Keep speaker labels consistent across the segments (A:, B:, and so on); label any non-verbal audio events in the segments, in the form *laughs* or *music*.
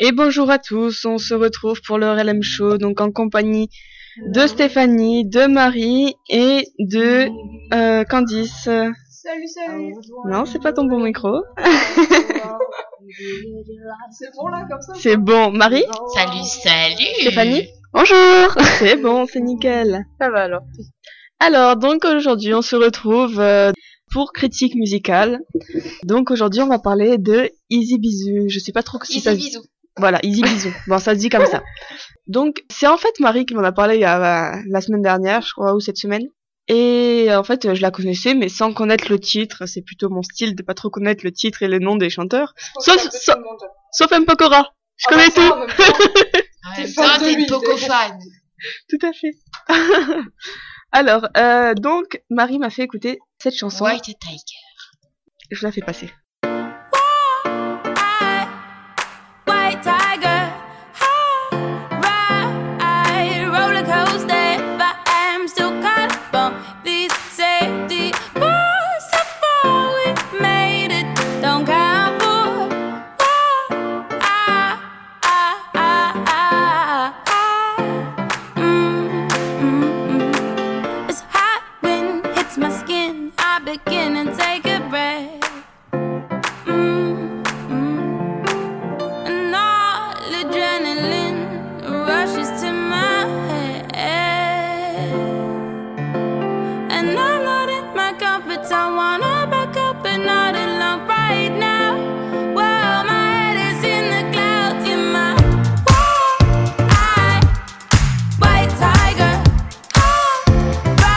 A: Et bonjour à tous, on se retrouve pour le RLM Show, donc en compagnie de Stéphanie, de Marie et de euh, Candice.
B: Salut,
C: Ah,
B: salut.
A: Non, c'est pas ton bon micro.
B: *laughs* C'est bon là, comme ça
A: C'est bon. Marie
C: Salut,
B: Oh.
C: salut
A: Stéphanie Bonjour C'est bon, c'est nickel.
B: Ça va alors.
A: Alors, donc aujourd'hui, on se retrouve euh, pour critique musicale. Donc aujourd'hui, on va parler de Easy Bisou. Je sais pas trop si
C: Easy
A: ça se-
C: bisous.
A: Voilà, Easy Bisou. bon, ça se dit comme ça. Donc, c'est en fait Marie qui m'en a parlé il y a, euh, la semaine dernière, je crois, ou cette semaine. Et euh, en fait, euh, je la connaissais, mais sans connaître le titre. C'est plutôt mon style de pas trop connaître le titre et le nom des chanteurs. Sauf- sauf- Sauf M. Pokora. Je
B: Ah bah,
A: connais
B: ça, en même temps.
A: tout. *laughs*
C: En
B: T'es
C: même
B: fan
C: temps,
B: de
C: t'es
B: lui,
C: Poco
B: t'es-
C: fan.
A: Tout à fait. *laughs* Alors, euh, donc, Marie m'a fait écouter cette chanson.
C: White Tiger.
A: Je la fais passer.
D: White tiger, high ride, roller coaster. But I'm still caught up on these safety bars. So far we made it, don't count for it. Whoa, ah, ah, ah, ah, ah. Mm, mm, mm. It's hot when it hits my skin. I begin and take a breath. Mm, mm. And all adrenaline rushes to my head. And I'm not in my comfort zone. Wanna back up and not alone right now. While my head is in the clouds, in my white, white tiger, Ah.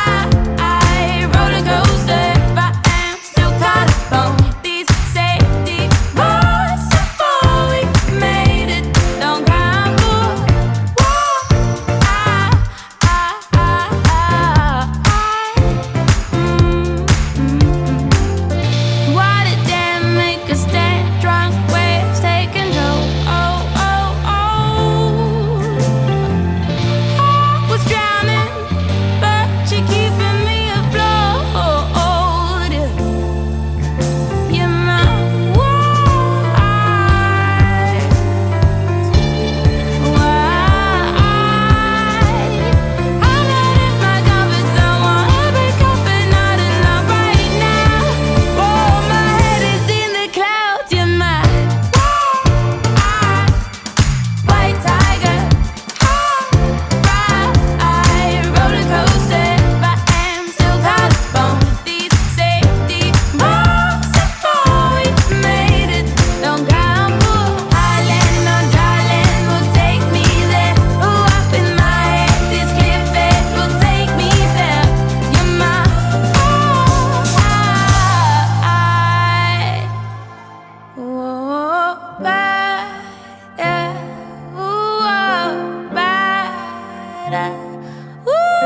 D: high roller coaster. But I'm still caught up on these safety bars. So far we made it, don't cry for why did that make us stand? Drunk waves take control. Oh, oh, oh. I was drowning, but you're keeping me afloat. You're my why. Oh, Don't gamble, Island on darling will take me there. Ooh, up in my head, this cliff edge will take me there. You're my oh,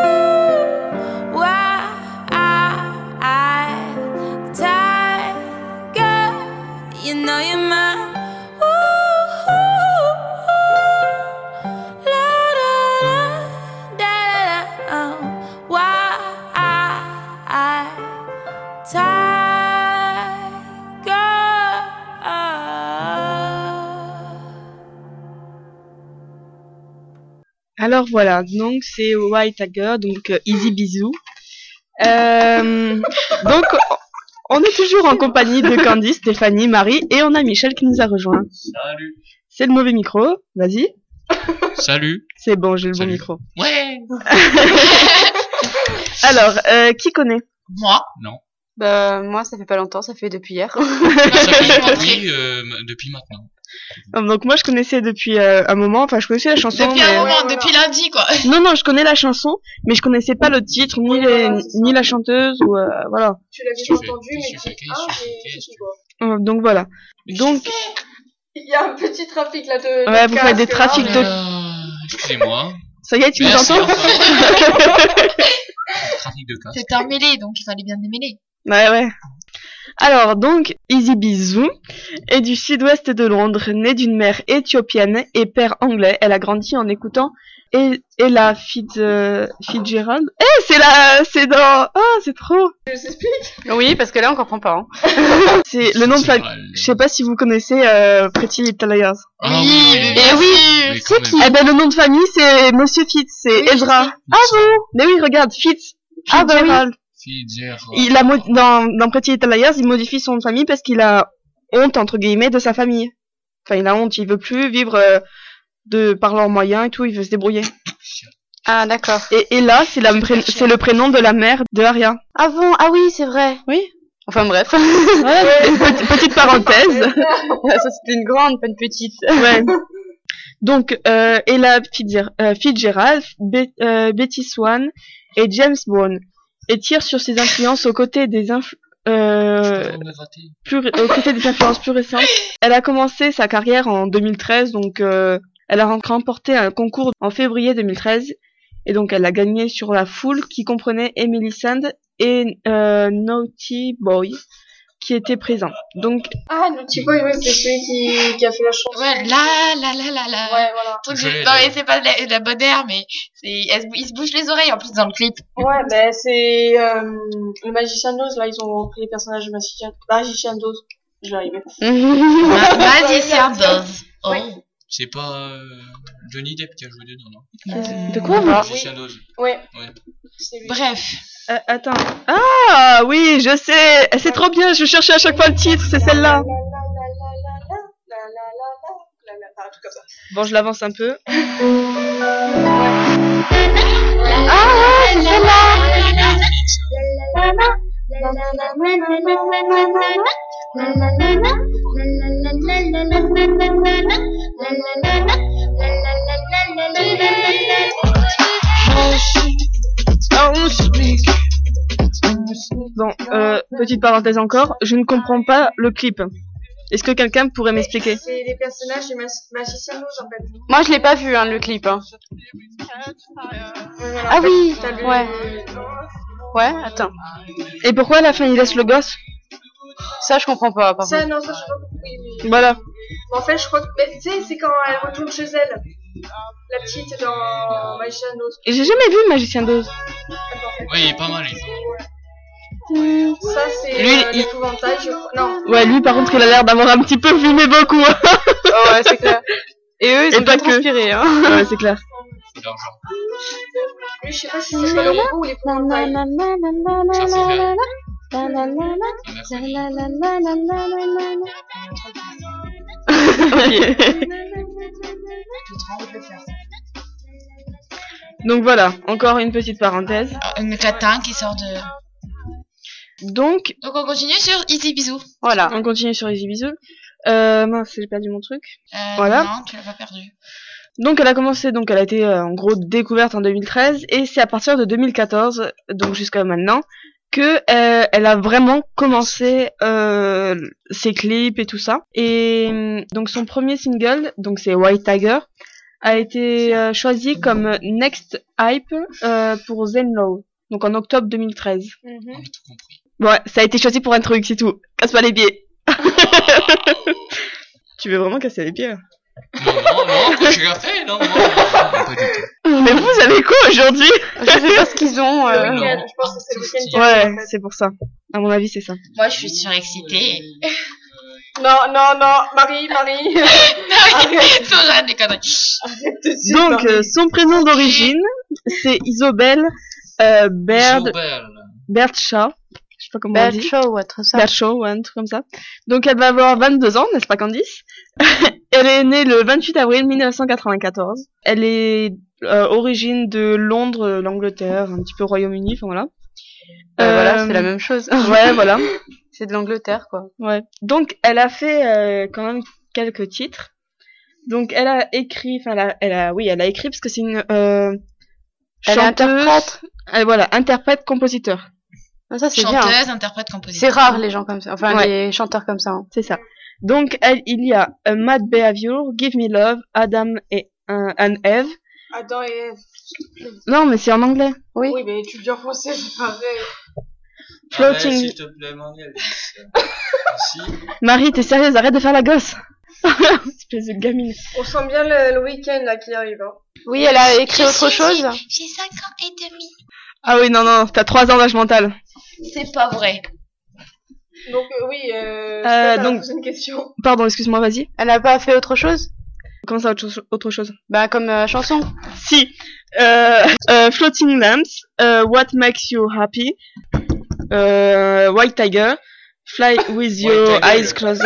D: Ooh, why tiger? You know you're my ooh, ooh, ooh, la da da da da da. Oh, why tiger?
A: Alors voilà, donc c'est White Tiger, donc euh, Easy Bisou. Euh, donc, on est toujours en compagnie de Candice, Stéphanie, Marie et on a Michel qui nous a rejoint.
E: Salut.
A: C'est le mauvais micro, vas-y.
E: Salut.
A: C'est bon, j'ai le bon
E: Salut.
A: micro.
C: Ouais
A: Alors, euh, qui connaît
C: Moi
E: Non.
F: Bah moi ça fait pas longtemps, ça fait depuis hier.
E: Ah,
C: *laughs*
E: ça fait
C: Je
E: depuis, euh, m- depuis maintenant.
A: Ah, Donc moi, je connaissais depuis euh, un moment, enfin je connaissais la chanson.
C: Depuis
A: mais-
C: un moment,
B: Ouais,
C: depuis lundi, quoi
A: Non, non, je connais la chanson, mais je connaissais pas le titre, ni,
B: Oui,
A: les,
B: voilà, c'est
A: ni
B: ça.
A: la chanteuse, ou euh, voilà.
B: Tu l'avais
E: Tu
B: déjà
E: fais-
B: entendu,
E: tu
B: mais
E: fais
B: tu
E: quel,
B: ah,
E: tu fais
B: mais
E: quel,
B: c'est
E: tu
B: quoi
A: Euh, Donc voilà. Donc,
B: Il y a un petit trafic là de.
A: Ouais,
B: de
A: vous faites des
B: casque,
A: trafics *laughs*
B: là.
A: de-
E: Euh, Excusez-moi.
A: ça y est, tu nous
E: Merci,
A: entends
E: enfin. Trafic de cas.
D: *laughs*
C: C'était un mêlé, donc il fallait bien démêler.
A: Bah Ouais, ouais. Alors donc, Izzy Bizou est du sud-ouest de Londres, née d'une mère éthiopienne et père anglais. Elle a grandi en écoutant et Ella Fitz, euh, Fitzgerald. Eh, c'est là, c'est dans, ah, c'est trop.
B: Je sais plus.
F: Oui, parce que là, on comprend pas. hein.
A: C'est le nom de famille. Je sais pas si vous connaissez euh, Pretty Little Liars.
E: Ah
C: Oui,
E: oui,
C: mais
E: oui.
C: oui.
E: Mais quand même.
A: Eh ben le nom de famille c'est Monsieur Fitz, c'est
C: Oui, je
A: Ezra. Ah bon Mais oui, regarde, Fitz.
F: Ah bah oui.
A: Fitzgerald.
E: Fitzgerald.
A: Il a mo- dans, dans Pretty Little Liars, il modifie son nom de famille parce qu'il a honte entre guillemets de sa famille. Enfin, il a honte, il veut plus vivre euh, de par leurs moyens et tout, il veut se débrouiller.
F: Ah, d'accord.
A: Et, et là, c'est la pré- c'est le prénom de la mère de Arya.
F: Ah bon Ah oui, c'est vrai.
A: Oui.
F: Enfin, bref.
A: *laughs* Petite, petite parenthèse.
F: Ça, c'était une grande, pas une petite.
A: Ouais. Donc, euh, Ella Fitzger- euh, Fitzgerald, Be- euh, Betty Swan et James Bond et tire sur ses influences aux côtés des influ- euh,
E: On a raté.
A: plus ré- aux côtés des influences plus récentes. Elle a commencé sa carrière en 2013, donc euh, elle a remporté un concours en février 2013 et donc elle a gagné sur la foule qui comprenait Emily Sand et euh, Naughty Boy qui étaient présents. Donc
B: Ah, Naughty Boy, oui, c'est celui qui... qui a fait la chanson.
C: Ouais, là, là, là, là, là.
B: Ouais, voilà.
C: Truc
E: Je
C: de-
E: l'ai,
C: Non, mais
E: d'ailleurs.
C: c'est pas de la, de la bonne air, mais c'est, elle se bou- il se bouge les oreilles en plus dans le
F: *laughs*
C: clip.
B: Ouais, ben c'est euh, le Magicien d'Oz, là, ils ont repris les personnages du Magicien, Magicien d'Oz. Je vais arriver.
C: Vas-y, Serdoz. Oh.
B: Oui.
E: C'est pas euh, Johnny Depp qui a joué dedans, non
A: de quoi vous
F: Ah.
E: Magicien d'Oz.
B: Ouais.
E: Ouais.
B: C'est lui.
C: Euh, Bref.
A: Euh, attends. Ah oui, je sais. Eh, C'est trop bien. Je cherchais à chaque fois le titre. C'est celle-là.
B: La, la, la, la, la, la, la, la, la, la, la, la, enfin, un truc comme ça.
A: Bon, je l'avance un peu. Ah, Bon, euh, petite parenthèse encore. Je ne comprends pas le clip. Est-ce que quelqu'un pourrait m'expliquer
B: C'est les personnages du Mas- Magicien d'Oz, en fait.
F: Moi, je l'ai pas vu, hein, le clip. hein.
B: Ouais, voilà.
F: Ah oui
B: T'as vu euh,
F: Ouais. Ouais, attends.
A: Et pourquoi à la fin il laisse le gosse
F: Ça, je comprends pas, par
B: Ça,
F: contre.
B: non, ça, je sais pas compris. mais-
A: Voilà.
B: En fait, je crois que. Mais tu sais, c'est quand elle retourne chez elle. La petite dans Magicien d'Oz.
A: Et J'ai jamais vu le magicien d'Oz.
E: Ouais, il est pas mal. il est pas mal.
B: Ça, c'est
A: Lui,
B: euh,
A: il-
B: l'épouvantail, je crois. Non.
A: *laughs* Ouais, lui par contre il a l'air d'avoir un petit peu fumé beaucoup.
F: Oh, ouais,
A: *laughs*
F: c'est clair. Et eux, ils
A: hein. Et
F: ont
A: pas
F: pas
A: que.
F: transpiré, hein.
A: ouais, c'est clair.
E: C'est de l'argent.
B: Lui, je sais pas si c'est le héros ou l'épouvantail.
E: Ça, faut faire. Ça m'a fait rire.
A: Ok. Donc voilà, encore une petite parenthèse.
C: Ah, Une catin qui sort de.
A: Donc, ah,
C: Donc on continue sur Easy Bisous.
F: Voilà.
A: on continue sur les bisous. Euh, mince, j'ai perdu mon truc.
C: Euh,
A: Voilà.
C: Non, tu l'as pas perdu.
A: Donc elle a commencé, donc elle a été euh, en gros découverte en 2013 et c'est à partir de 2014, donc jusqu'à maintenant, que euh, elle a vraiment commencé euh, ses clips et tout ça. Et euh, donc son premier single, donc c'est White Tiger, a été euh, choisi comme Next Hype euh, pour Zenlow, donc en octobre 2013.
E: On a tout compris.
A: Ouais, ça a été choisi pour un truc, c'est tout. Casse pas les pieds. *laughs* tu veux vraiment casser les pieds là
E: Non, non, non, *laughs* que j'ai fait, non, non, non, non, pas du tout.
A: Mais vous avez quoi aujourd'hui
F: Je sais pas ce qu'ils ont.
B: Le
F: euh.
E: non.
B: week-end, je pense que c'est le week-end qui a fait,
A: Ouais,
B: en fait.
A: c'est pour ça. À mon avis, c'est ça.
C: Moi, je suis surexcitée.
B: Non, non, non, Marie,
C: *laughs*
B: Marie. *laughs*
C: Arrête, *laughs* faut arrêter des conneries.
B: Tout de suite,
A: Donc,
B: Marie.
A: euh, son prénom d'origine, c'est Isobel euh, Baird,
E: Isobel.
A: Bertshaw. Je sais pas comment on
F: Bad
A: dit.
F: show, ouais, tout ça.
A: Bertshaw, ouais, un truc comme ça. Donc, elle va avoir 22 ans, n'est-ce pas, Candice *laughs* Elle est née le 28 avril 1994. Elle est euh, origine de Londres, euh, l'Angleterre, un petit peu Royaume-Uni, enfin voilà.
F: Bah, Voilà,
A: Euh,
F: c'est la même chose. *laughs*
A: Ouais, voilà.
F: C'est de l'Angleterre, quoi.
A: Ouais. Donc, elle a fait euh, quand même quelques titres. Donc, elle a écrit, enfin, elle a, elle a- oui, elle a écrit parce que c'est une euh,
F: Elle est
A: chanteuse.
F: interprète.
A: Elle, voilà, interprète, compositeur.
F: Ah, ça, c'est bien. hein.
C: Chanteuse, interprète,
F: C'est
C: compositrice.
F: rare, les gens comme ça. Enfin,
A: Ouais.
F: les chanteurs comme ça. hein.
A: C'est ça. Donc, elle, il y a euh, Mad Behavior, Give Me Love, Adam et euh, and Eve.
B: Adam et Ève.
A: Non, mais c'est en anglais.
F: Oui.
B: Oui, mais tu le dis en français, c'est pareil.
G: Arrête,
A: Floating.
G: Ah s'il te plaît, Manuel. Merci.
A: Marie, t'es sérieuse, arrête de faire la gosse *laughs* Espèce de gamine.
B: On sent bien le, le week-end là qui arrive. Hein.
F: Oui, elle a écrit autre chose.
C: J'ai 5 ans et demi.
A: Ah oui, non, non, t'as 3 ans d'âge mental.
C: C'est pas vrai.
B: Donc euh, oui. Euh,
A: Euh,
B: Scott,
A: donc-
B: alors, c'est une question. *laughs*
A: Pardon, excuse-moi, vas-y.
F: Elle n'a pas fait autre chose
A: Comment ça, autre, cho- autre chose
F: Bah, comme euh, chanson.
A: Si. Euh, euh, floating Lamps, euh, What Makes You Happy, euh, White Tiger, Fly With Your
G: Tiger.
A: Eyes Closed,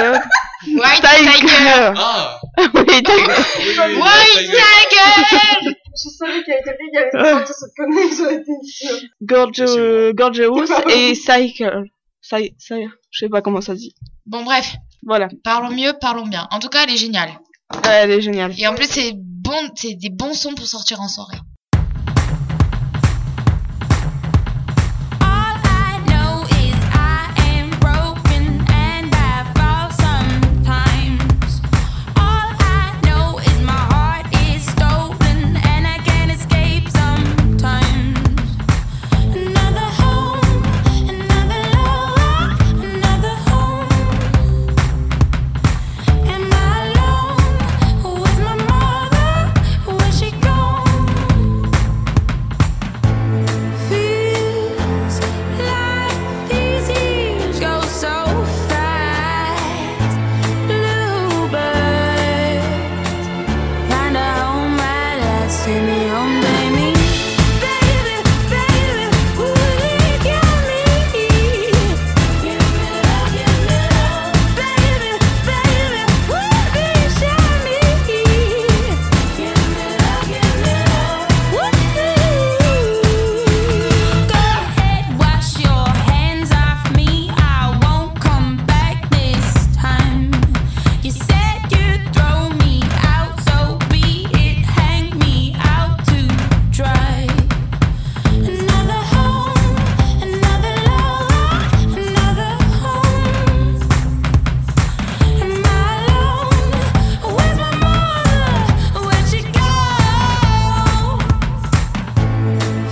C: White Tiger.
A: Tiger
G: Ah
A: *laughs* Oui, Tiger
G: oui,
C: White Tiger.
B: Je savais qu'il y avait quelqu'un qui allait sortir cette connerie, j'en étais sûre.
A: Gorgeous, Gorgeous euh, et Cycle. Cy- Cy- je sais pas comment ça se dit.
C: Bon bref,
A: Voilà,
C: parlons mieux, parlons bien. En tout cas, elle est géniale.
A: Ouais, elle est géniale.
C: Et en plus, c'est bon, c'est des bons sons pour sortir en soirée.
D: All I know is I am broken and I fall sometimes. All I know is my heart is stolen and I can't escape sometimes. Another home, another love, another home. Am I alone? Where's my mother? Where's she gone? Feels like these years go so fast. Bluebirds, find a home right at Take me home, take me. Baby, baby, will you give me? Give me love, give me love. Baby, baby, will you share me? Give me love, give me love. Go ahead, wash your hands off me. I won't come back this time. You said you'd throw me out, so be it. Hang me out to dry. Another home, another love, another home. Am I alone? Where's my mother? Where'd she go?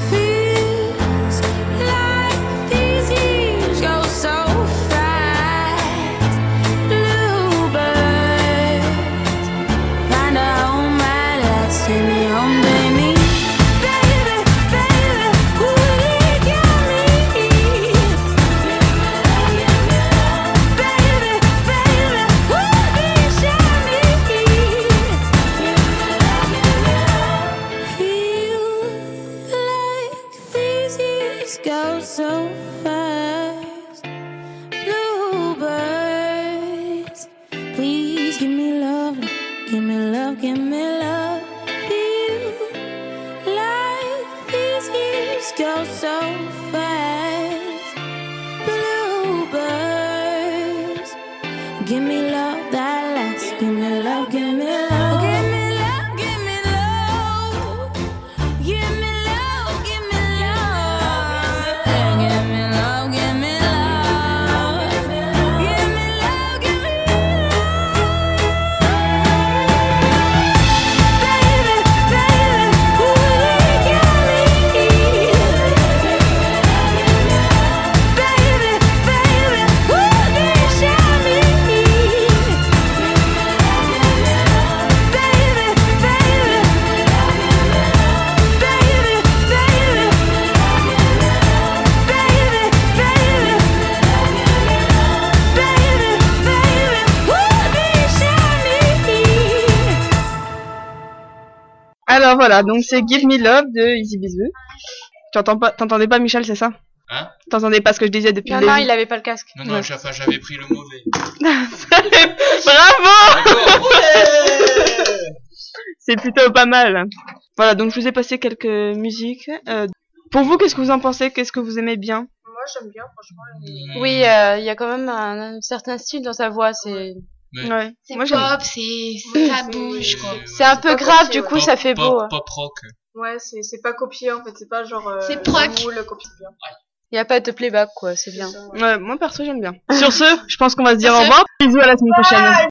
D: Feels like these years go so fast. Bluebirds find a home right at Take me home, take me. Baby, baby, will you give me? Give me love, give me love. Baby, baby, will you share me? Give me love, give me love. Feel like these years go so fast. Bluebirds, please give me love, give me love, give me love. Feel like these years go so fast. Bluebirds. Give me love that lasts. Give me love, give me love. Give me love, give me love. Give me love, give me love. Give me love, give me love. Give me love, give me love. Baby, baby, will you give me? Baby, baby, would you share me? Baby, baby, baby, baby, baby, baby, baby,
A: Alors voilà, donc c'est Give Me Love de Easy Bisou. T'entends pas, t'entendais pas Michel, c'est ça
G: Hein
A: T'entendais pas ce que je disais depuis
F: Non,
A: le
F: non,
A: début
F: il avait pas le casque.
G: Non, non,
A: Ouais.
G: j'avais j'avais pris le mauvais.
A: *laughs* Bravo
G: D'accord, ouais
A: C'est plutôt pas mal. Voilà, donc je vous ai passé quelques musiques. Euh, pour vous, qu'est-ce que vous en pensez Qu'est-ce que vous aimez bien
B: Moi j'aime bien, franchement.
F: Oui, euh, il y a quand même un, un certain style dans sa voix. C'est
G: Ouais.
A: Ouais.
C: C'est
A: Moi, j'aime.
C: pop, c'est c'est ta
B: c'est-
C: bouche quoi.
F: euh, c'est un peu
B: pas
F: grave,
B: facile,
F: du
B: ouais.
F: coup, ça fait
G: euh, Pop-
F: beau. hein.
G: Pop rock.
B: Ouais, c'est c'est pas copié en fait, c'est pas genre. euh,
C: C'est proc.
B: ou le copier bien.
F: Il n'y a pas de playback, quoi. C'est bien.
B: C'est ça, ouais.
A: Ouais, moi perso, j'aime bien. Sur ce, je pense qu'on va se dire au revoir. Bisous à la semaine prochaine.